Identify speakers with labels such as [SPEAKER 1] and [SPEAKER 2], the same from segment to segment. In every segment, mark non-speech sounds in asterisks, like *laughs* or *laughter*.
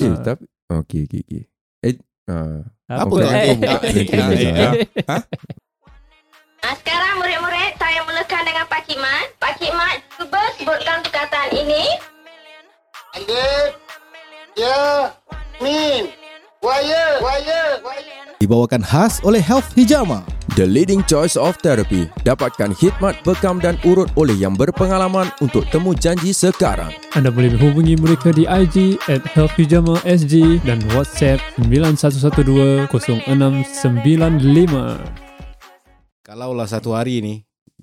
[SPEAKER 1] Eh, tapi okey okey okey. Eh ah.
[SPEAKER 2] Apa
[SPEAKER 1] Apa
[SPEAKER 2] kau
[SPEAKER 1] kau
[SPEAKER 2] eh,
[SPEAKER 1] buat?
[SPEAKER 2] eh,
[SPEAKER 1] Okey, okey,
[SPEAKER 2] eh,
[SPEAKER 1] okey.
[SPEAKER 3] Ha, sekarang murid-murid saya mulakan dengan Pak Kimat. Pak Kimat cuba sebutkan perkataan ini.
[SPEAKER 4] Alif. Ya. Min. Waya. Waya. Waya.
[SPEAKER 2] Dibawakan khas oleh Health Hijama.
[SPEAKER 1] The leading choice of therapy. Dapatkan khidmat bekam dan urut oleh yang berpengalaman untuk temu janji sekarang.
[SPEAKER 5] Anda boleh menghubungi mereka di IG at Healthpijama SG dan WhatsApp 9112 0695.
[SPEAKER 6] Kalaulah satu hari ni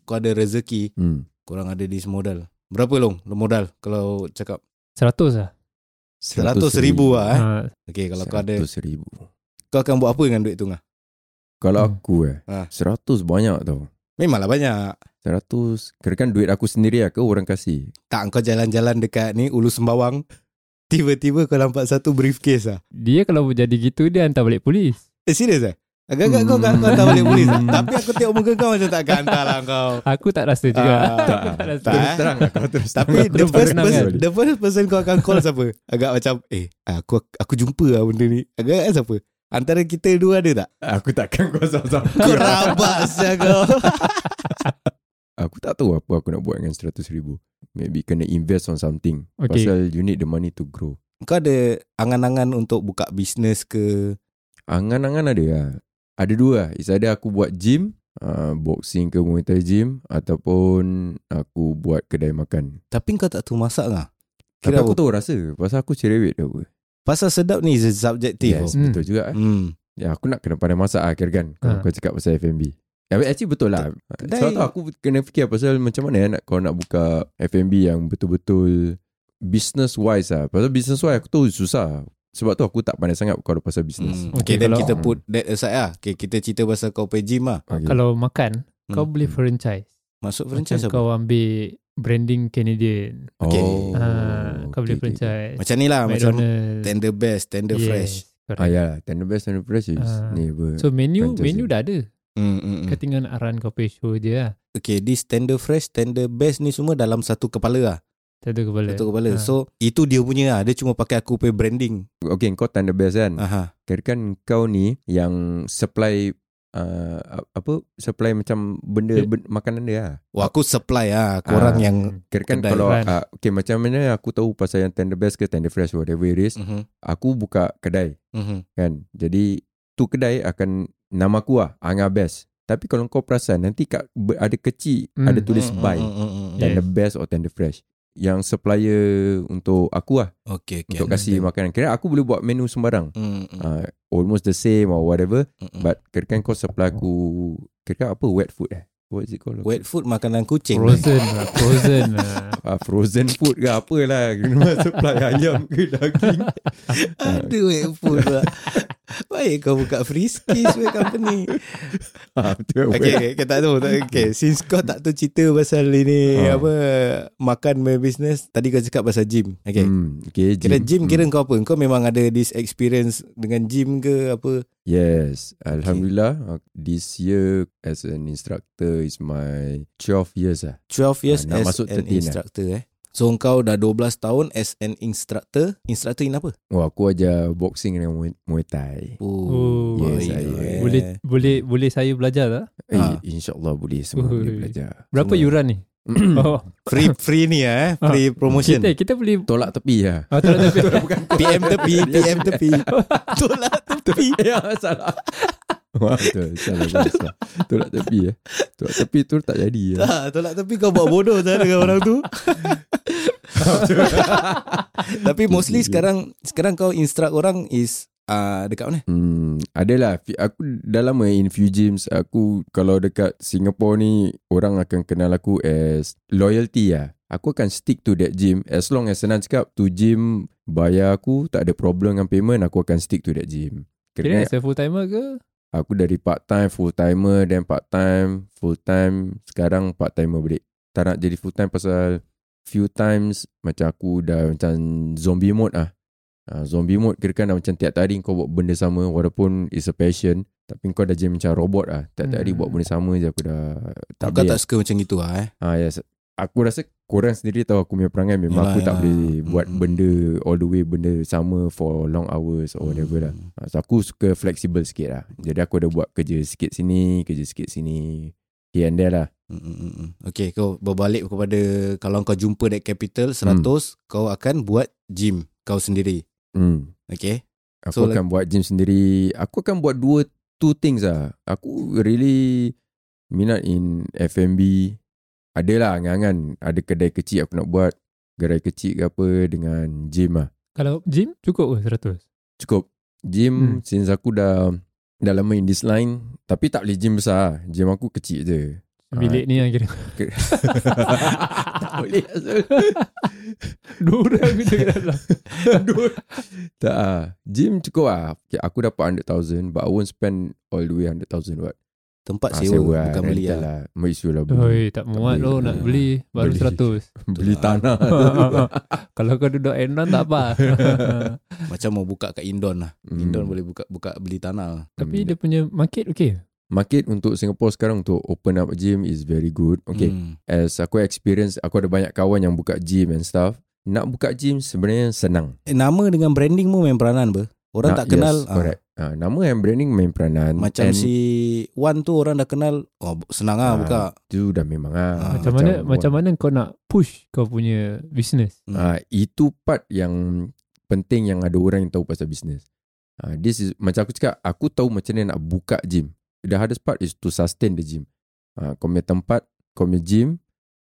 [SPEAKER 6] kau ada rezeki,
[SPEAKER 1] Hmm.
[SPEAKER 6] korang ada dismodal. Berapa long lo modal kalau cakap
[SPEAKER 5] 100 lah.
[SPEAKER 6] 100 ribu
[SPEAKER 5] Ha?
[SPEAKER 6] lah eh.
[SPEAKER 5] Ha,
[SPEAKER 6] Okey kalau kau ada
[SPEAKER 1] 100 ribu.
[SPEAKER 6] kau akan buat apa dengan duit tu ngah?
[SPEAKER 1] Kalau
[SPEAKER 5] Hmm.
[SPEAKER 1] aku eh,
[SPEAKER 6] Ah.
[SPEAKER 1] 100 banyak tau.
[SPEAKER 6] Memanglah banyak.
[SPEAKER 1] 100 kira duit aku sendiri lah ke orang kasih.
[SPEAKER 6] Tak kau jalan-jalan dekat ni Ulu Sembawang, tiba-tiba kau nampak satu briefcase ah.
[SPEAKER 5] Dia kalau jadi gitu dia hantar balik polis.
[SPEAKER 6] Eh serius ah? Agak-agak kau
[SPEAKER 1] Hmm.
[SPEAKER 6] kau tak boleh polis ah. Tapi aku tengok muka kau macam tak akan hantar lah kau.
[SPEAKER 5] Aku tak rasa juga.
[SPEAKER 6] Ah,
[SPEAKER 5] *laughs* Aku tak rasa.
[SPEAKER 6] tak.
[SPEAKER 1] Terus terang lah kau terus
[SPEAKER 6] Tapi
[SPEAKER 1] terang.
[SPEAKER 6] the
[SPEAKER 5] Belum
[SPEAKER 6] first
[SPEAKER 5] pernah
[SPEAKER 6] person
[SPEAKER 1] kan?
[SPEAKER 6] The first person kau akan call siapa Agak macam Eh aku aku jumpa lah benda ni Agak kan siapa Antara kita dua ada tak
[SPEAKER 1] aku takkan kau sama
[SPEAKER 6] *laughs* Kau rabas lah kau
[SPEAKER 1] Aku tak tahu apa aku nak buat dengan 100 ribu. Maybe kena invest on something.
[SPEAKER 5] Okay.
[SPEAKER 1] Pasal you need the money to grow.
[SPEAKER 6] Kau ada Angan-angan untuk buka bisnes ke
[SPEAKER 1] Angan-angan ada lah. Ada dua lah. It's either aku buat gym, uh, boxing ke Muay Thai gym ataupun aku buat kedai makan.
[SPEAKER 6] Tapi kau tak tahu masak lah
[SPEAKER 1] Tapi
[SPEAKER 6] Kira
[SPEAKER 1] aku
[SPEAKER 6] apa?
[SPEAKER 1] tahu rasa. Pasal aku cerewet ke apa.
[SPEAKER 6] Pasal sedap ni is subjective
[SPEAKER 1] Yes,
[SPEAKER 6] tau.
[SPEAKER 5] Hmm.
[SPEAKER 1] betul juga. Eh.
[SPEAKER 6] hmm.
[SPEAKER 1] Ya, aku nak kena pandai masak lah kira kan. Kalau
[SPEAKER 5] Ha.
[SPEAKER 1] kau cakap pasal F&B. Ya, but actually betul lah.
[SPEAKER 6] kedai-
[SPEAKER 1] Sebab tu aku kena fikir pasal macam mana eh, nak kau nak buka F&B yang betul-betul business wise lah. Pasal business wise aku tahu susah. Sebab tu aku tak pandai sangat kalau pasal business.
[SPEAKER 6] Hmm.
[SPEAKER 5] Okay,
[SPEAKER 6] Okay, then
[SPEAKER 5] kalau-
[SPEAKER 6] kita put that aside lah okay, Kita cerita pasal kau pergi gym lah
[SPEAKER 1] Okay.
[SPEAKER 5] Kalau makan, kau
[SPEAKER 6] Hmm.
[SPEAKER 5] boleh franchise.
[SPEAKER 6] Masuk
[SPEAKER 5] Macam
[SPEAKER 6] franchise apa?
[SPEAKER 5] kau ambil branding Canadian.
[SPEAKER 6] Okay.
[SPEAKER 5] Oh, ha, kau boleh franchise.
[SPEAKER 6] Macam ni lah Macam
[SPEAKER 5] McDonald's.
[SPEAKER 6] tender best Tender
[SPEAKER 5] Yes,
[SPEAKER 6] fresh
[SPEAKER 5] correct.
[SPEAKER 1] Ah, ya lah. Tender best, tender fresh is
[SPEAKER 5] Ah.
[SPEAKER 1] neighbor.
[SPEAKER 5] So menu
[SPEAKER 1] Franchise.
[SPEAKER 5] menu dah ada.
[SPEAKER 6] hmm, hmm, hmm.
[SPEAKER 5] Kau tinggal nak run kau pay show je lah.
[SPEAKER 6] Okay this tender fresh Tender best ni semua Dalam satu kepala lah
[SPEAKER 5] Satu kepala.
[SPEAKER 6] Satu kepala
[SPEAKER 5] Ha.
[SPEAKER 6] So itu dia punya lah Dia cuma pakai aku punya branding
[SPEAKER 1] okay, kau tender best
[SPEAKER 5] Hmm.
[SPEAKER 1] kan?
[SPEAKER 5] Ah.
[SPEAKER 6] Aha.
[SPEAKER 1] Kirakan kau ni yang supply uh, apa supply macam benda,
[SPEAKER 5] Eh.
[SPEAKER 1] benda makanan dia lah.
[SPEAKER 6] Wah aku supply lah Korang
[SPEAKER 1] Ah.
[SPEAKER 6] yang
[SPEAKER 1] Kirakan
[SPEAKER 6] Kedai.
[SPEAKER 1] kalau
[SPEAKER 5] Kan.
[SPEAKER 1] uh, okay, macam mana aku tahu pasal yang tender best ke tender fresh whatever it
[SPEAKER 5] Hmm.
[SPEAKER 1] is.
[SPEAKER 6] Mhm,
[SPEAKER 1] Aku buka kedai
[SPEAKER 6] mhm.
[SPEAKER 1] kan. Jadi tu kedai akan nama aku lah Anga Best. Tapi kalau kau perasan nanti kat, ber- ada kecil
[SPEAKER 5] Hmm.
[SPEAKER 1] ada tulis
[SPEAKER 6] Mm,
[SPEAKER 1] buy
[SPEAKER 6] mm, mm, mm, mm.
[SPEAKER 5] Yeah.
[SPEAKER 1] tender best or tender fresh. Yang supplier untuk aku lah
[SPEAKER 6] Okay okay
[SPEAKER 1] untuk kasih makanan. Kira aku boleh buat menu sembarang.
[SPEAKER 6] Mm, mm,
[SPEAKER 1] Uh,
[SPEAKER 5] Ah,
[SPEAKER 1] almost the same or whatever
[SPEAKER 6] mm, mm.
[SPEAKER 1] but kirakan kau supply aku kirakan apa wet food eh. What is it called?
[SPEAKER 6] Wet food makanan kucing *laughs*
[SPEAKER 5] Frozen lah. Frozen lah.
[SPEAKER 1] Ah, frozen food ke apalah Kena *laughs* supply ayam
[SPEAKER 6] *laughs*
[SPEAKER 1] ke daging
[SPEAKER 6] Ada wet food pula *laughs* Baik kau buka Friskies Wet
[SPEAKER 5] *laughs*
[SPEAKER 6] company
[SPEAKER 1] ah, Betul
[SPEAKER 6] Okay, okay kau tak tahu tak, okay. Since kau tak tahu cerita pasal ini
[SPEAKER 5] Ah.
[SPEAKER 1] Ha.
[SPEAKER 6] Apa Makan my business Tadi kau cakap pasal gym Okay
[SPEAKER 1] Hmm, okay,
[SPEAKER 6] Kira gym kira
[SPEAKER 1] Hmm.
[SPEAKER 6] kau apa? Kau memang ada this experience dengan gym ke apa?
[SPEAKER 1] Hmm, Yes, Alhamdulillah. Okay. This year as an instructor is my 12 years lah.
[SPEAKER 6] 12 years
[SPEAKER 1] Ah, nak
[SPEAKER 6] as
[SPEAKER 1] masuk
[SPEAKER 6] an
[SPEAKER 1] 13 lah.
[SPEAKER 6] instructor eh. So kau dah 12 tahun as an instructor. Instructor in apa?
[SPEAKER 1] Oh, aku ajar boxing dengan Muay, Muay Thai.
[SPEAKER 5] Oh,
[SPEAKER 1] Yes,
[SPEAKER 6] baik.
[SPEAKER 1] saya.
[SPEAKER 6] Eh.
[SPEAKER 5] Boleh boleh boleh saya belajar tak?
[SPEAKER 1] Eh,
[SPEAKER 6] Ah.
[SPEAKER 1] InsyaAllah boleh semua
[SPEAKER 5] Ui.
[SPEAKER 1] boleh belajar. *clears throat*
[SPEAKER 5] Berapa
[SPEAKER 6] Semua.
[SPEAKER 5] yuran ni? oh,
[SPEAKER 6] free free ni eh, free promotion.
[SPEAKER 5] Ah, kita kita boleh
[SPEAKER 1] Tolak tepi lah.
[SPEAKER 5] Oh, tak, tak, tak.
[SPEAKER 6] PM
[SPEAKER 5] *laughs*
[SPEAKER 6] tepi, PM tepi. Tolak tepi.
[SPEAKER 1] ya, salah. Wah, betul. Salah, salah, salah. Tolak tepi eh. Tolak tepi tu tak jadi ya.
[SPEAKER 6] Tak, lah, tolak tepi kau buat bodoh saya dengan orang tu. Tapi mostly sekarang sekarang kau instruct orang is uh, dekat mana?
[SPEAKER 1] Hmm, adalah Fi- aku dah lama in few gyms aku kalau dekat Singapore ni orang akan kenal aku as loyalty lah. Aku akan stick to that gym as long as senang cakap tu gym bayar aku tak ada problem dengan payment aku akan stick to that gym.
[SPEAKER 5] Kira
[SPEAKER 1] Kira
[SPEAKER 5] as a full timer ke?
[SPEAKER 1] aku dari part time full timer then part time full time sekarang part timer balik. Tak nak jadi full time pasal few times macam aku dah macam zombie mode ah. Uh, zombie mode kira kan dah macam tiap hari kau buat benda sama walaupun it's a passion tapi kau dah jadi macam robot ah. Tiap hari
[SPEAKER 5] Hmm.
[SPEAKER 1] buat benda sama je aku dah tak
[SPEAKER 6] kau
[SPEAKER 1] boleh.
[SPEAKER 6] tak suka macam gitu ah eh.
[SPEAKER 1] Ah yes. Aku rasa korang sendiri tahu aku punya perangai memang
[SPEAKER 6] Yalah,
[SPEAKER 1] aku tak
[SPEAKER 6] yalah. Hmm,
[SPEAKER 1] boleh buat
[SPEAKER 6] Mm-mm.
[SPEAKER 1] benda all the way benda sama for long hours or whatever lah. Ha, So aku suka flexible sikit lah. Jadi aku ada buat kerja sikit sini, kerja sikit sini. Here and there lah.
[SPEAKER 6] Mm, mm, mm, mm. Okay kau berbalik kepada Kalau kau jumpa that capital 100 Kau akan buat gym Kau sendiri
[SPEAKER 1] Hmm.
[SPEAKER 6] Okay
[SPEAKER 1] Aku so,
[SPEAKER 6] So,
[SPEAKER 1] akan like, buat gym sendiri. Aku akan buat dua two things lah. Aku really minat in F&B. Adalah lah angan-angan. Ada kedai kecil aku nak buat. Gerai kecil ke apa dengan gym lah.
[SPEAKER 5] Kalau gym cukup ke 100?
[SPEAKER 1] Cukup. Gym hmm. since aku dah dah lama in this line. Tapi tak boleh gym besar. Gym aku kecil je. Ah,
[SPEAKER 5] Bilik ni lah kira.
[SPEAKER 1] Ke-
[SPEAKER 5] *laughs* tak boleh. lah, Dua orang je kat dalam.
[SPEAKER 1] Tak ah. Gym cukup lah. Okay, aku dapat 100,000 but I won't spend all the way 100,000 what.
[SPEAKER 6] Tempat
[SPEAKER 1] Ah,
[SPEAKER 6] sewa,
[SPEAKER 1] lah,
[SPEAKER 6] Bukan beli
[SPEAKER 1] rental
[SPEAKER 6] lah
[SPEAKER 1] lah. Mau isu lah. beli.
[SPEAKER 5] Oi, tak muat
[SPEAKER 1] boleh.
[SPEAKER 5] lo nak beli baru
[SPEAKER 1] Beli.
[SPEAKER 5] 100.
[SPEAKER 6] lah.
[SPEAKER 1] Beli
[SPEAKER 6] *laughs*
[SPEAKER 1] tanah.
[SPEAKER 5] ha. Kalau kau duduk Enron tak apa. Ha,
[SPEAKER 6] Macam mau buka kat Indon lah
[SPEAKER 1] Hmm.
[SPEAKER 6] Indon boleh buka buka beli tanah lah
[SPEAKER 5] Tapi dia punya market okay.
[SPEAKER 1] market untuk Singapore sekarang untuk open up gym is very good. Okay, mm.
[SPEAKER 6] Hmm.
[SPEAKER 1] as aku experience, aku ada banyak kawan yang buka gym and stuff. Nak buka gym sebenarnya senang.
[SPEAKER 6] eh, Nama dengan branding mu main peranan ber Orang
[SPEAKER 1] Nak-
[SPEAKER 6] tak kenal
[SPEAKER 1] Yes,
[SPEAKER 6] ah,
[SPEAKER 1] correct. Ah, nama and branding main peranan. and
[SPEAKER 6] Macam si Wan tu orang dah kenal Oh senang lah
[SPEAKER 1] Ah.
[SPEAKER 6] buka
[SPEAKER 1] Itu dah memang ah.
[SPEAKER 6] Ah,
[SPEAKER 5] Macam mana macam mana kau nak push kau punya business?
[SPEAKER 1] Ah, itu part yang penting yang ada orang yang tahu pasal business. Ah, this is macam aku cakap, aku tahu macam mana nak buka gym. The hardest part is to sustain the gym. Ah, kau punya tempat, kau punya gym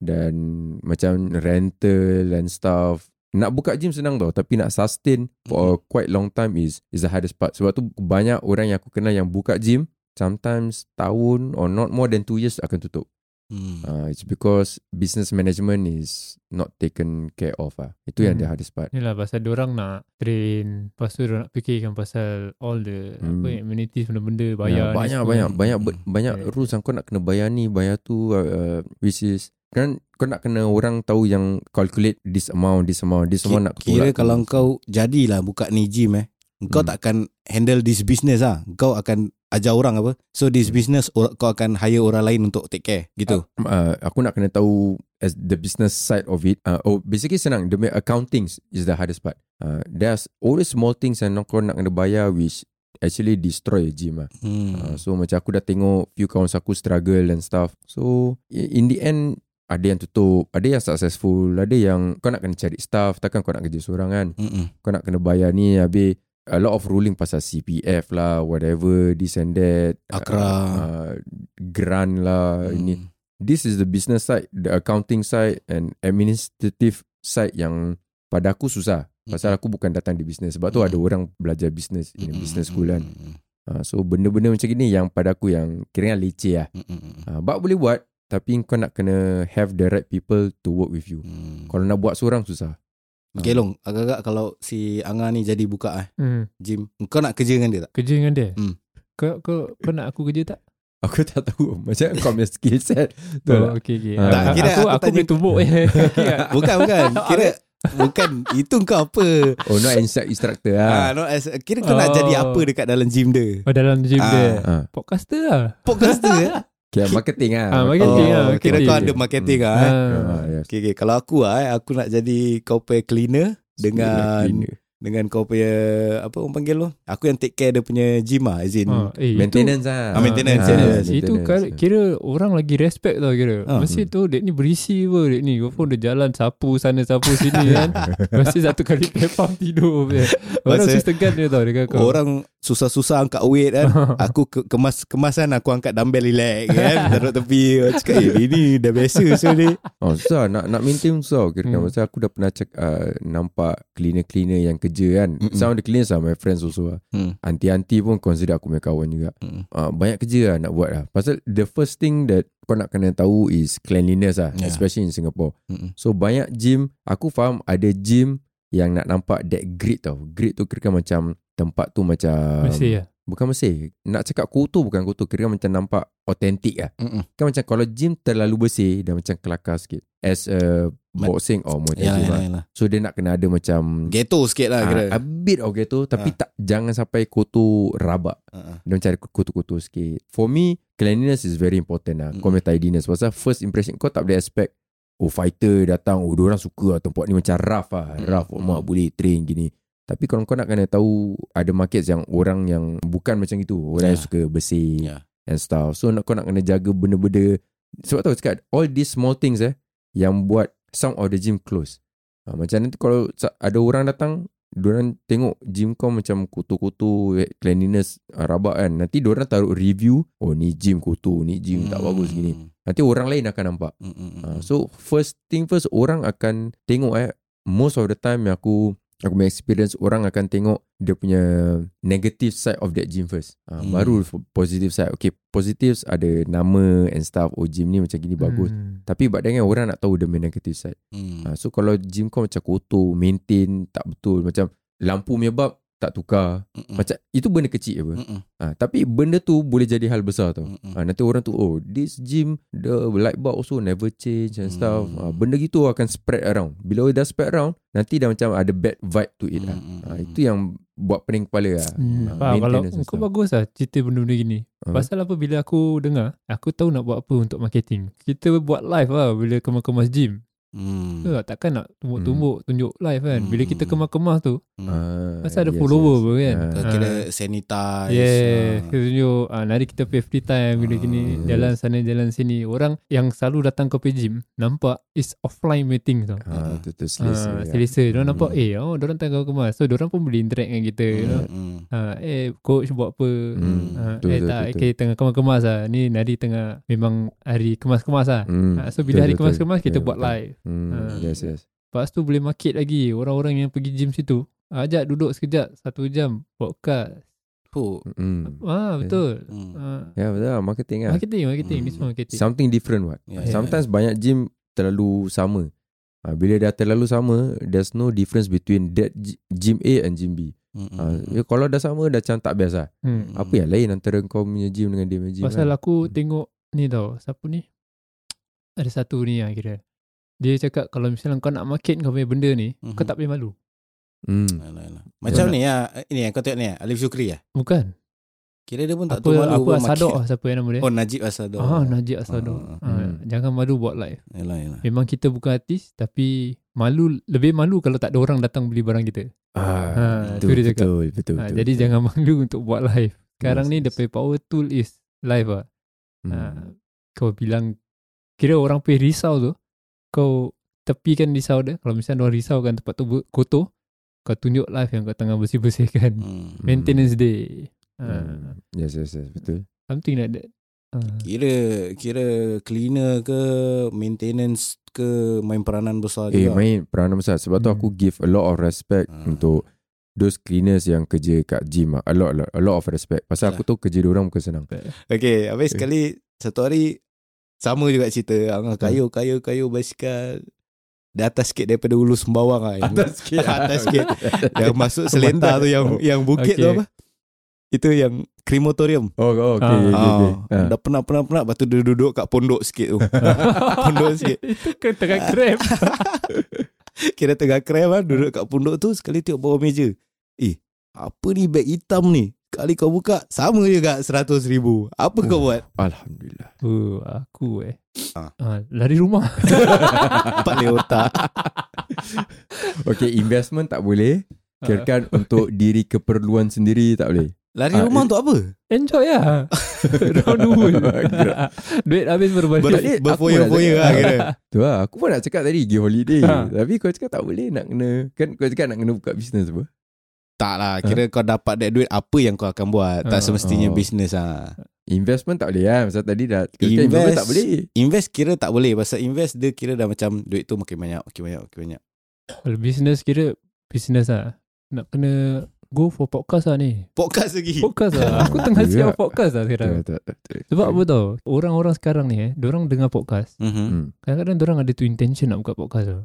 [SPEAKER 1] dan macam rental and stuff. Nak buka gym senang tau tapi nak sustain for quite long time is is the hardest part. Sebab tu banyak orang yang aku kenal yang buka gym sometimes tahun or not more than two years akan tutup.
[SPEAKER 6] Hmm.
[SPEAKER 1] Uh, it's because business management is not taken care of ah. Itu yang
[SPEAKER 5] Hmm.
[SPEAKER 1] the hardest part.
[SPEAKER 5] Inilah pasal orang nak train, lepas tu diorang nak fikirkan pasal all the
[SPEAKER 1] Hmm.
[SPEAKER 5] apa amenities benda-benda
[SPEAKER 1] Ya,
[SPEAKER 5] bayar. ni Hmm.
[SPEAKER 1] banyak
[SPEAKER 5] semua.
[SPEAKER 1] banyak banyak ber- banyak
[SPEAKER 5] Yeah.
[SPEAKER 1] rules yang kau nak kena bayar ni, bayar tu uh, uh, which is kan kau nak kena orang tahu yang calculate this amount, this amount, this amount nak
[SPEAKER 6] Kira
[SPEAKER 1] tolak.
[SPEAKER 6] kalau kau jadilah buka ni gym eh, kau
[SPEAKER 1] Hmm.
[SPEAKER 6] takkan handle this business ah. Kau akan ajar orang apa. So this
[SPEAKER 1] Hmm.
[SPEAKER 6] business or- kau akan hire orang lain untuk take care gitu.
[SPEAKER 1] uh, aku nak kena tahu as the business side of it. Uh, oh, basically senang. The accounting is the hardest part. Uh, there's always small things yang kau nak kena bayar which actually destroy a gym ah. Uh,
[SPEAKER 6] Hmm.
[SPEAKER 1] so macam aku dah tengok few kawan aku struggle and stuff. So i- in the end ada yang tutup, ada yang successful, ada yang kau nak kena cari staff, takkan kau nak kerja seorang kan.
[SPEAKER 6] Mm-mm.
[SPEAKER 1] Kau nak kena bayar ni habis a lot of ruling pasal CPF lah, whatever, this and that.
[SPEAKER 6] Akra.
[SPEAKER 1] Uh, grant lah,
[SPEAKER 6] Hmm.
[SPEAKER 1] ini. This is the business side, the accounting side and administrative side yang pada aku susah.
[SPEAKER 6] Hmm.
[SPEAKER 1] Pasal aku bukan datang di business. Sebab tu
[SPEAKER 6] Mm.
[SPEAKER 1] ada orang belajar business in a
[SPEAKER 6] Mm-mm.
[SPEAKER 1] business school kan.
[SPEAKER 6] Mm-mm.
[SPEAKER 1] Ha, so benda-benda macam gini yang pada aku yang kira leceh lah.
[SPEAKER 6] Mm-mm.
[SPEAKER 1] Ha, but boleh buat tapi kau nak kena have the right people to work with you.
[SPEAKER 6] Mm.
[SPEAKER 1] Kalau nak buat seorang susah. *laughs*
[SPEAKER 6] Okay Long, agak-agak kalau si Anga ni jadi buka eh,
[SPEAKER 5] Hmm.
[SPEAKER 6] gym, kau nak kerja dengan dia
[SPEAKER 5] *laughs*
[SPEAKER 6] tak?
[SPEAKER 5] Kerja dengan dia?
[SPEAKER 6] Hmm.
[SPEAKER 5] Kau, kau, kau nak aku kerja tak?
[SPEAKER 1] Aku tak tahu macam kau punya skill set. Betul tak?
[SPEAKER 5] okay, okay.
[SPEAKER 1] Ah.
[SPEAKER 5] Aku-
[SPEAKER 1] Tak,
[SPEAKER 6] kira
[SPEAKER 5] Oh, aku,
[SPEAKER 6] aku
[SPEAKER 5] aku, boleh tumbuk.
[SPEAKER 6] *laughs*
[SPEAKER 5] eh. Okay, ah.
[SPEAKER 6] Bukan,
[SPEAKER 5] *laughs*
[SPEAKER 6] bukan. Kira bukan itu kau apa?
[SPEAKER 1] Oh, not instruct instructor lah.
[SPEAKER 6] Ah, no, as, kira kau
[SPEAKER 5] Oh.
[SPEAKER 6] nak jadi apa dekat dalam gym dia?
[SPEAKER 5] Oh, dalam gym
[SPEAKER 6] Ah.
[SPEAKER 5] dia.
[SPEAKER 1] Ha,
[SPEAKER 5] Podcaster lah.
[SPEAKER 6] Podcaster eh?
[SPEAKER 1] okay, marketing lah.
[SPEAKER 5] Ah,
[SPEAKER 6] Oh,
[SPEAKER 5] *laughs* marketing lah.
[SPEAKER 1] Ah,
[SPEAKER 5] marketing. Hmm.
[SPEAKER 6] kira kau ada marketing ah. eh?
[SPEAKER 1] Ah, yes.
[SPEAKER 6] Okay, okay. Kalau aku ah, eh, aku nak jadi kau punya cleaner dengan
[SPEAKER 1] Cleaner.
[SPEAKER 6] dengan kau punya apa orang panggil lo? Aku yang take care dia punya gym ah, as in.
[SPEAKER 5] Ah, eh, itu-
[SPEAKER 1] maintenance lah.
[SPEAKER 6] Ah, maintenance.
[SPEAKER 1] Ah,
[SPEAKER 6] Maintenance.
[SPEAKER 5] Itu kira, kira orang lagi respect tau kira.
[SPEAKER 6] Ah.
[SPEAKER 5] Mesti tu dek ni berisi apa dek ni. Kau pun dia jalan sapu sana sapu sini
[SPEAKER 6] *laughs*
[SPEAKER 5] kan. Mesti satu kali *laughs* pepam tidur. Be. Orang
[SPEAKER 6] Masa-
[SPEAKER 5] mesti tegan dia tau dengan kau.
[SPEAKER 6] Orang susah-susah angkat
[SPEAKER 1] *laughs*
[SPEAKER 6] weight kan.
[SPEAKER 5] *laughs*
[SPEAKER 6] aku ke- kemas kemasan aku angkat dumbbell
[SPEAKER 1] *laughs*
[SPEAKER 6] relax kan. Taruh tepi. Aku Cakap eh ini dah biasa so ni.
[SPEAKER 1] *laughs* Oh, susah. Nak, nak maintain susah. Kira kan.
[SPEAKER 5] Hmm.
[SPEAKER 1] Pasal aku dah pernah cek, uh, nampak cleaner-cleaner yang kerja kan.
[SPEAKER 6] Mm-mm.
[SPEAKER 1] Some of the cleaners are my friends also lah.
[SPEAKER 6] Hmm.
[SPEAKER 1] Anti-anti pun consider aku punya kawan juga.
[SPEAKER 6] Mm.
[SPEAKER 1] Uh, banyak kerja lah nak buat lah. Pasal the first thing that kau nak kena tahu is cleanliness lah.
[SPEAKER 6] Yeah.
[SPEAKER 1] Especially in Singapore.
[SPEAKER 6] Mm-mm.
[SPEAKER 1] So banyak gym, aku faham ada gym yang nak nampak that grid tau. Grid tu kira kan macam tempat tu macam...
[SPEAKER 5] Mesti ya.
[SPEAKER 1] Bukan bersih. Nak cakap kotor bukan kotor. Kira kan macam nampak autentik lah.
[SPEAKER 6] Mm-mm.
[SPEAKER 1] Kan macam kalau gym terlalu bersih, dah macam kelakar sikit. As a
[SPEAKER 6] Ma-
[SPEAKER 1] boxing or Muay Thai
[SPEAKER 6] Yalah,
[SPEAKER 1] gym
[SPEAKER 6] yalah,
[SPEAKER 1] lah.
[SPEAKER 6] yalah.
[SPEAKER 1] So dia nak kena ada macam...
[SPEAKER 6] Ghetto sikit lah kira.
[SPEAKER 1] Ah, a bit of ghetto tapi tak jangan sampai kotor rabak
[SPEAKER 6] Ah, ah.
[SPEAKER 1] dia macam ada kotor-kotor sikit. For me, cleanliness is very important lah. Kau punya tidiness. Pasal first impression kau tak boleh expect oh fighter datang, oh orang suka lah tempat ni macam rough lah. Rough,
[SPEAKER 6] Hmm.
[SPEAKER 1] mak boleh train gini. Tapi kalau kau nak kena tahu ada market yang orang yang bukan macam itu. Orang yang
[SPEAKER 6] Yeah.
[SPEAKER 1] suka bersih
[SPEAKER 6] Yeah.
[SPEAKER 1] and stuff. So nak, kau nak kena jaga benda-benda. Sebab tahu cakap, all these small things eh, yang buat some of the gym close. Ha, macam nanti kalau sa- ada orang datang, diorang tengok gym kau macam kotor-kotor, eh, cleanliness ah, rabak kan. Nanti diorang taruh review, oh ni gym kotor, ni gym tak bagus gini.
[SPEAKER 6] Hmm.
[SPEAKER 1] Nanti orang lain akan nampak. Uh, so first thing first orang akan tengok eh most of the time yang aku aku punya experience orang akan tengok dia punya negative side of that gym first. Uh,
[SPEAKER 6] Hmm.
[SPEAKER 1] baru f- positive side. Okay, positives ada nama and stuff. Oh gym ni macam gini bagus.
[SPEAKER 5] Hmm.
[SPEAKER 1] Tapi but then kan orang nak tahu dia punya negative side.
[SPEAKER 6] Mm.
[SPEAKER 1] Uh, so kalau gym kau macam kotor, maintain tak betul macam lampu punya bab tak tukar.
[SPEAKER 5] Hmm.
[SPEAKER 6] Mm-mm.
[SPEAKER 1] Macam itu benda kecil apa.
[SPEAKER 6] Mm-mm.
[SPEAKER 1] Uh, tapi benda tu boleh jadi hal besar tau.
[SPEAKER 5] Hmm.
[SPEAKER 6] Mm-mm.
[SPEAKER 1] Ha, nanti orang tu oh this gym the light bulb also never change and stuff. Ha,
[SPEAKER 6] Hmm.
[SPEAKER 1] benda gitu akan spread around. Bila dah spread around nanti dah macam ada bad vibe to it lah.
[SPEAKER 6] Mm-mm.
[SPEAKER 1] Ha, itu yang buat pening kepala lah.
[SPEAKER 5] Hmm.
[SPEAKER 1] Ah,
[SPEAKER 5] Faham, kalau
[SPEAKER 1] maintenance and
[SPEAKER 5] kau
[SPEAKER 1] stuff.
[SPEAKER 5] bagus lah cerita benda-benda gini.
[SPEAKER 1] Ah.
[SPEAKER 5] Pasal apa bila aku dengar, aku tahu nak buat apa untuk marketing. Kita buat live lah bila kemas-kemas gym.
[SPEAKER 6] Mm.
[SPEAKER 1] lah.
[SPEAKER 5] Betul
[SPEAKER 1] Hmm.
[SPEAKER 5] tak? Takkan nak tumbuk-tumbuk tunjuk live kan. Bila kita
[SPEAKER 6] Hmm.
[SPEAKER 5] kemas-kemas tu,
[SPEAKER 6] Mm.
[SPEAKER 1] Ah,
[SPEAKER 5] pasal ada follower apa kan.
[SPEAKER 1] Ah.
[SPEAKER 6] Kau kena sanitize.
[SPEAKER 5] Yes,
[SPEAKER 6] Ah.
[SPEAKER 5] kita tunjuk ah, hari kita pay free time gini-gini.
[SPEAKER 1] Ah.
[SPEAKER 5] Jalan sana, jalan sini. Orang yang selalu datang ke gym, nampak is offline meeting tau.
[SPEAKER 1] Ha, tu tu selesa.
[SPEAKER 5] Selesa,
[SPEAKER 1] ya.
[SPEAKER 5] Ah, selesa. Diorang
[SPEAKER 6] Hmm.
[SPEAKER 5] nampak, eh, oh, diorang tengah kemas. So, diorang pun boleh interact dengan kita. You know?
[SPEAKER 6] Mm, mm.
[SPEAKER 5] Ha, eh coach buat apa
[SPEAKER 1] Hmm.
[SPEAKER 5] ha,
[SPEAKER 1] Betul,
[SPEAKER 5] eh
[SPEAKER 1] betul,
[SPEAKER 5] tak
[SPEAKER 1] betul.
[SPEAKER 5] okay, tengah kemas-kemas lah ni nari tengah memang hari kemas-kemas lah
[SPEAKER 1] Hmm.
[SPEAKER 5] ha, so
[SPEAKER 1] Betul,
[SPEAKER 5] bila hari
[SPEAKER 1] betul.
[SPEAKER 5] kemas-kemas kita
[SPEAKER 1] Ya,
[SPEAKER 5] buat
[SPEAKER 1] betul.
[SPEAKER 5] live
[SPEAKER 1] Hmm.
[SPEAKER 5] Ah.
[SPEAKER 1] Yes yes.
[SPEAKER 5] lepas tu boleh market lagi orang-orang yang pergi gym situ Ah, ajak duduk sekejap satu jam podcast
[SPEAKER 6] Oh.
[SPEAKER 1] Hmm.
[SPEAKER 5] ah betul
[SPEAKER 6] Mm.
[SPEAKER 5] ha,
[SPEAKER 1] Ya betul lah, marketing lah.
[SPEAKER 5] marketing marketing
[SPEAKER 6] Hmm.
[SPEAKER 5] ni semua marketing
[SPEAKER 1] Something different what.
[SPEAKER 6] Yeah.
[SPEAKER 1] Sometimes banyak gym terlalu sama. Ha, bila dah terlalu sama, there's no difference between that g- gym A and gym B.
[SPEAKER 6] Mm, mm,
[SPEAKER 1] Ha,
[SPEAKER 6] mm.
[SPEAKER 1] ya, kalau dah sama dah macam tak best lah.
[SPEAKER 5] hmm.
[SPEAKER 1] Apa yang lain antara kau punya gym dengan dia punya gym
[SPEAKER 5] pasal
[SPEAKER 1] kan?
[SPEAKER 5] aku
[SPEAKER 1] Hmm.
[SPEAKER 5] tengok ni tau siapa ni ada satu ni lah kira dia cakap kalau misalnya kau nak market kau punya benda ni
[SPEAKER 6] Mhm.
[SPEAKER 5] kau tak boleh malu
[SPEAKER 1] Hmm.
[SPEAKER 6] Alah, alah. Macam ni ya, ini yang kau tengok ni ya, Alif Syukri ya.
[SPEAKER 5] bukan
[SPEAKER 6] Kira dia pun tak
[SPEAKER 5] apa
[SPEAKER 6] tahu malu
[SPEAKER 5] apa
[SPEAKER 6] pun
[SPEAKER 5] asadok
[SPEAKER 6] makin-
[SPEAKER 5] lah siapa yang nama dia
[SPEAKER 6] Oh Najib Asadok.
[SPEAKER 5] Ah, Najib Asadok.
[SPEAKER 6] Ah,
[SPEAKER 5] Ah,
[SPEAKER 1] hmm.
[SPEAKER 5] Jangan malu buat live.
[SPEAKER 6] Yalah, yalah.
[SPEAKER 5] Memang kita bukan artis tapi malu lebih malu kalau tak ada orang datang beli barang kita.
[SPEAKER 1] Ah,
[SPEAKER 5] Ha,
[SPEAKER 1] betul,
[SPEAKER 5] tu dia
[SPEAKER 1] betul,
[SPEAKER 5] cakap.
[SPEAKER 1] betul, betul,
[SPEAKER 5] Ha,
[SPEAKER 1] betul.
[SPEAKER 5] jadi jangan *laughs* malu untuk buat live. Sekarang
[SPEAKER 1] Yes,
[SPEAKER 5] ni
[SPEAKER 1] yes.
[SPEAKER 5] the pay power tool is live ah.
[SPEAKER 1] Hmm.
[SPEAKER 5] Ha, kau bilang kira orang pay risau tu kau tepikan risau dia. Kalau misalnya orang risau kan tempat tu ber- kotor kau tunjuk live yang kau tengah bersih-bersihkan.
[SPEAKER 6] Hmm.
[SPEAKER 5] Maintenance day. Ha,
[SPEAKER 1] Hmm. Yes, yes, yes, betul.
[SPEAKER 5] Something like that. Ha,
[SPEAKER 6] Kira kira cleaner ke maintenance ke main peranan besar
[SPEAKER 1] Eh,
[SPEAKER 6] juga.
[SPEAKER 1] main peranan besar. Sebab tu
[SPEAKER 5] Hmm.
[SPEAKER 1] aku give a lot of respect
[SPEAKER 6] Ah.
[SPEAKER 1] untuk those cleaners yang kerja kat gym lah. A lot, a lot, a lot of respect. Pasal aku tahu kerja diorang bukan senang.
[SPEAKER 6] Okay, habis sekali satu hari sama juga cerita. Angah kayu kayu kayu basikal. Di atas sikit daripada hulu sembawang lah. Atas sikit. *laughs* atas sikit. yang masuk seleta tu yang yang bukit tu
[SPEAKER 5] Okay.
[SPEAKER 6] apa? Itu yang krematorium.
[SPEAKER 1] Oh, oh okay,
[SPEAKER 5] Ah.
[SPEAKER 1] okay, okay, okay.
[SPEAKER 6] Ah,
[SPEAKER 1] Ah.
[SPEAKER 6] Dah pernah pernah pernah Lepas tu dia duduk kat pondok
[SPEAKER 1] *laughs*
[SPEAKER 6] sikit tu Pondok sikit
[SPEAKER 5] *laughs* Itu kan tengah grab.
[SPEAKER 6] Kira tengah krem lah Duduk kat pondok tu Sekali tengok bawah meja Eh Apa ni beg hitam ni Kali kau buka Sama juga 100 ribu Apa kau buat
[SPEAKER 1] *laughs* Alhamdulillah.
[SPEAKER 5] Oh, aku eh.
[SPEAKER 6] Ah.
[SPEAKER 5] Ah, lari rumah.
[SPEAKER 6] Paling otak
[SPEAKER 1] Okay, investment tak boleh.
[SPEAKER 6] Ah.
[SPEAKER 5] Ah,
[SPEAKER 1] Kirakan untuk diri keperluan sendiri tak boleh.
[SPEAKER 6] Lari
[SPEAKER 1] Ah,
[SPEAKER 6] rumah
[SPEAKER 1] eh.
[SPEAKER 6] untuk
[SPEAKER 1] *laughs*
[SPEAKER 6] apa
[SPEAKER 5] Enjoy lah. Round the world. *laughs* Duit habis baru balik.
[SPEAKER 1] Ber-
[SPEAKER 6] Ber-
[SPEAKER 1] aku
[SPEAKER 6] Berfoya-foya
[SPEAKER 1] nak
[SPEAKER 6] lah
[SPEAKER 1] cakap. *laughs*
[SPEAKER 6] kira
[SPEAKER 1] Tu lah Aku pun nak cakap tadi Give holiday
[SPEAKER 6] Ah.
[SPEAKER 5] Ha.
[SPEAKER 1] Tapi kau cakap tak boleh Nak kena Kan kau cakap nak kena buka bisnes apa
[SPEAKER 6] Tak lah Kira kau dapat that duit Apa yang kau akan buat
[SPEAKER 5] Ah,
[SPEAKER 6] Tak semestinya
[SPEAKER 1] ah.
[SPEAKER 6] bisnes lah
[SPEAKER 1] Investment tak boleh kan Pasal tadi dah kau cakap Investment
[SPEAKER 6] Invest.
[SPEAKER 1] tak boleh
[SPEAKER 6] Invest kira tak boleh Pasal invest dia kira dah macam Duit tu makin banyak Makin banyak Makin banyak
[SPEAKER 5] Kalau business kira business lah. Nak kena go for podcast lah ni.
[SPEAKER 6] Podcast lagi
[SPEAKER 5] Podcast lah. Aku tengah
[SPEAKER 1] Ya.
[SPEAKER 5] siap podcast lah sekarang.
[SPEAKER 1] tak, tak, tak.
[SPEAKER 5] Sebab apa tau? Orang-orang sekarang ni eh, orang dengar podcast.
[SPEAKER 6] Mhm.
[SPEAKER 1] Hmm.
[SPEAKER 5] Kadang-kadang orang ada tu intention nak buka podcast tu.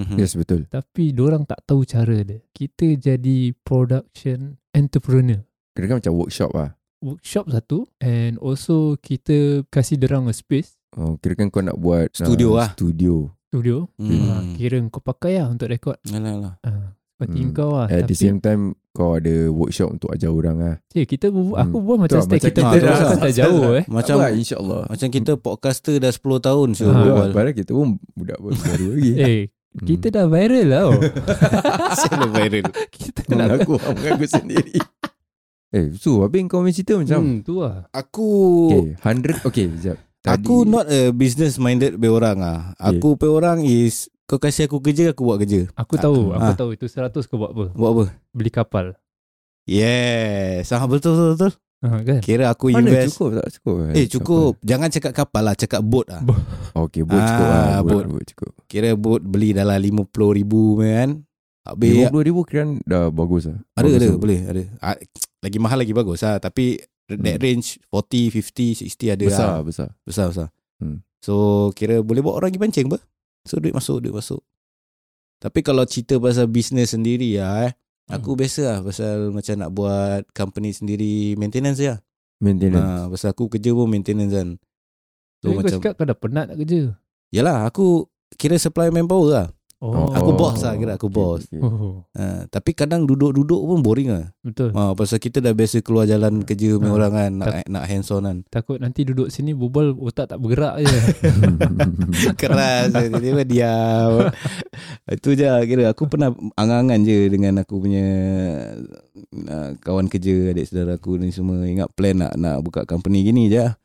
[SPEAKER 6] Mhm.
[SPEAKER 1] Yes betul
[SPEAKER 5] Tapi orang tak tahu cara dia. Kita jadi production entrepreneur.
[SPEAKER 1] Kira kan macam workshop lah
[SPEAKER 5] Workshop satu and also kita kasih derang a space
[SPEAKER 1] oh, Kira kan kau nak buat
[SPEAKER 6] Studio
[SPEAKER 1] ah,
[SPEAKER 6] lah.
[SPEAKER 1] Studio
[SPEAKER 5] studio.
[SPEAKER 6] Hmm.
[SPEAKER 5] Ha, kira kau pakai lah untuk rekod.
[SPEAKER 1] Eh,
[SPEAKER 6] Alah, alah.
[SPEAKER 5] Ha, Parti
[SPEAKER 1] Hmm.
[SPEAKER 5] kau lah
[SPEAKER 1] At the
[SPEAKER 5] Tapi
[SPEAKER 1] same time Kau ada workshop Untuk ajar orang lah
[SPEAKER 5] cik, kita berbual, Aku buat macam
[SPEAKER 1] Betul,
[SPEAKER 5] stay
[SPEAKER 1] macam kita
[SPEAKER 5] Kita, kita,
[SPEAKER 1] dah-
[SPEAKER 5] rasa tak jauh
[SPEAKER 6] *laughs*
[SPEAKER 5] eh
[SPEAKER 6] Macam
[SPEAKER 1] Apa lah, InsyaAllah
[SPEAKER 6] macam kita podcaster dah 10 tahun
[SPEAKER 1] Ha, Betul,
[SPEAKER 6] siul berbual. *laughs*
[SPEAKER 1] Padahal kita pun Budak pun baru lagi
[SPEAKER 5] Ha. *laughs* Eh
[SPEAKER 1] Hmm.
[SPEAKER 5] kita dah viral tau
[SPEAKER 6] Sial viral.
[SPEAKER 5] Kita dah
[SPEAKER 1] Mengaku Mengaku
[SPEAKER 5] *laughs*
[SPEAKER 1] sendiri Eh so Habis kau punya cerita macam
[SPEAKER 6] Hmm.
[SPEAKER 5] Tu lah
[SPEAKER 6] Aku
[SPEAKER 1] Okay 100 Okay sekejap Tadi-
[SPEAKER 6] Aku not a business minded pe orang ah. Aku pe orang is kau kasih aku kerja aku buat kerja.
[SPEAKER 5] Aku tahu Aku
[SPEAKER 6] Ah. Ah.
[SPEAKER 5] tahu itu 100 kau buat apa
[SPEAKER 6] Buat apa?
[SPEAKER 5] Beli kapal
[SPEAKER 6] Yes. Ah betul betul betul.
[SPEAKER 5] ha, kan?
[SPEAKER 6] Kira aku
[SPEAKER 1] Mana Oh,
[SPEAKER 6] invest.
[SPEAKER 1] cukup tak cukup
[SPEAKER 6] Eh cukup. Jangan cakap kapal lah, cakap boat ah.
[SPEAKER 1] Apa? Okay boat cukup
[SPEAKER 6] Ah,
[SPEAKER 1] lah Boat,
[SPEAKER 6] boat.
[SPEAKER 1] boat cukup
[SPEAKER 6] Kira boat beli dalam 50 ribu kan. Habis
[SPEAKER 1] RM50,000 kiran dah bagus lah
[SPEAKER 6] ada
[SPEAKER 1] Bagus
[SPEAKER 6] ada
[SPEAKER 1] lah.
[SPEAKER 6] boleh ada. Ah, lagi mahal lagi bagus ah tapi that range 40, 50, 60 ada
[SPEAKER 1] Hmm. Besar
[SPEAKER 6] lah.
[SPEAKER 1] besar
[SPEAKER 6] Besar besar.
[SPEAKER 1] Hmm.
[SPEAKER 6] So kira boleh buat orang pergi pancing apa? So duit masuk, duit masuk. Tapi kalau cerita pasal bisnes sendiri ya eh, aku biasa lah pasal macam nak buat company sendiri maintenance ya.
[SPEAKER 1] Maintenance
[SPEAKER 6] Ha, pasal aku kerja pun maintenance kan. So
[SPEAKER 5] Tapi kau
[SPEAKER 6] macam
[SPEAKER 5] cakap kau dah penat nak kerja
[SPEAKER 6] yalah aku kira supply manpower lah.
[SPEAKER 5] Oh,
[SPEAKER 6] Aku bos lah, kira aku
[SPEAKER 1] okay,
[SPEAKER 6] bos.
[SPEAKER 1] okay. *laughs*
[SPEAKER 5] oh,
[SPEAKER 6] Ha, tapi kadang duduk-duduk pun boring lah.
[SPEAKER 5] Betul
[SPEAKER 6] Ha, pasal kita dah biasa keluar jalan kerja ha.
[SPEAKER 5] Ha.
[SPEAKER 6] orang kan nak nak hands on kan.
[SPEAKER 5] Takut nanti duduk sini Bobol otak tak bergerak je
[SPEAKER 1] *laughs*
[SPEAKER 6] Keras Tiba-tiba diam *laughs* Itu je lah Kira aku pernah Angan-angan je Dengan aku punya uh, Kawan kerja Adik saudara aku ni semua Ingat plan nak Nak buka company gini je lah.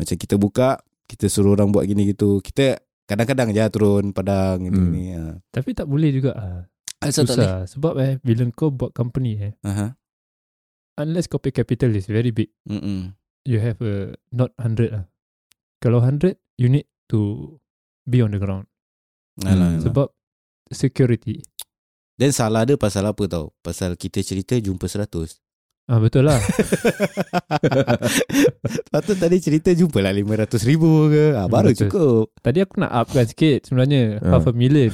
[SPEAKER 6] Macam kita buka Kita suruh orang buat gini gitu Kita Kadang-kadang je lah turun Padang
[SPEAKER 1] Hmm.
[SPEAKER 6] gini-gini hmm.
[SPEAKER 5] Tapi tak boleh juga ah.
[SPEAKER 6] Asal tak boleh
[SPEAKER 5] Susah Sebab eh Bila kau buat company eh
[SPEAKER 6] Aha.
[SPEAKER 5] Unless kau pay capital is very big
[SPEAKER 6] Mm-mm.
[SPEAKER 5] You have a Not 100 lah Kalau 100 You need to Be on the ground
[SPEAKER 6] Alah, alah.
[SPEAKER 5] Sebab Security
[SPEAKER 6] Then salah dia pasal apa tau Pasal kita cerita Jumpa 100
[SPEAKER 5] ah, Betul
[SPEAKER 1] *laughs*
[SPEAKER 5] lah
[SPEAKER 6] Patut tadi cerita Jumpa lah 500 ribu ke ah, Baru
[SPEAKER 5] Betul.
[SPEAKER 6] cukup
[SPEAKER 5] Tadi aku nak upkan sikit Sebenarnya
[SPEAKER 1] Ah.
[SPEAKER 5] Half a million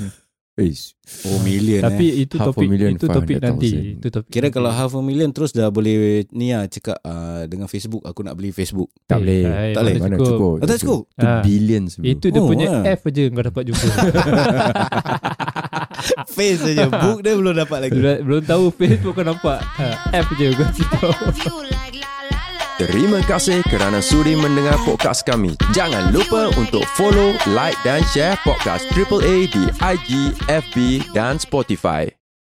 [SPEAKER 1] Eish.
[SPEAKER 6] Oh million eh.
[SPEAKER 5] Tapi itu
[SPEAKER 1] Half a
[SPEAKER 5] topik
[SPEAKER 1] million,
[SPEAKER 5] Itu topik
[SPEAKER 1] 500,000.
[SPEAKER 5] nanti Itu topik
[SPEAKER 6] Kira
[SPEAKER 5] nanti.
[SPEAKER 6] kalau half a million terus dah boleh ni lah cakap uh, dengan Facebook aku nak beli Facebook.
[SPEAKER 1] Tak
[SPEAKER 5] Eh,
[SPEAKER 1] boleh
[SPEAKER 5] eh,
[SPEAKER 6] tak boleh.
[SPEAKER 1] Mana
[SPEAKER 5] cukup.
[SPEAKER 1] cukup
[SPEAKER 6] Oh, tak cukup.
[SPEAKER 1] Itu
[SPEAKER 5] Ah.
[SPEAKER 1] billions bro.
[SPEAKER 5] Itu dia
[SPEAKER 6] Oh,
[SPEAKER 5] punya
[SPEAKER 6] ah.
[SPEAKER 5] F je Kau dapat jumpa
[SPEAKER 6] Face saja book dia belum dapat lagi.
[SPEAKER 5] belum, belum tahu Face pun kau
[SPEAKER 6] *laughs*
[SPEAKER 5] nampak ha, F je kau cerita
[SPEAKER 1] Terima kasih kerana sudi mendengar podcast kami. Jangan lupa untuk follow, like dan share podcast AAA di IG, FB dan Spotify.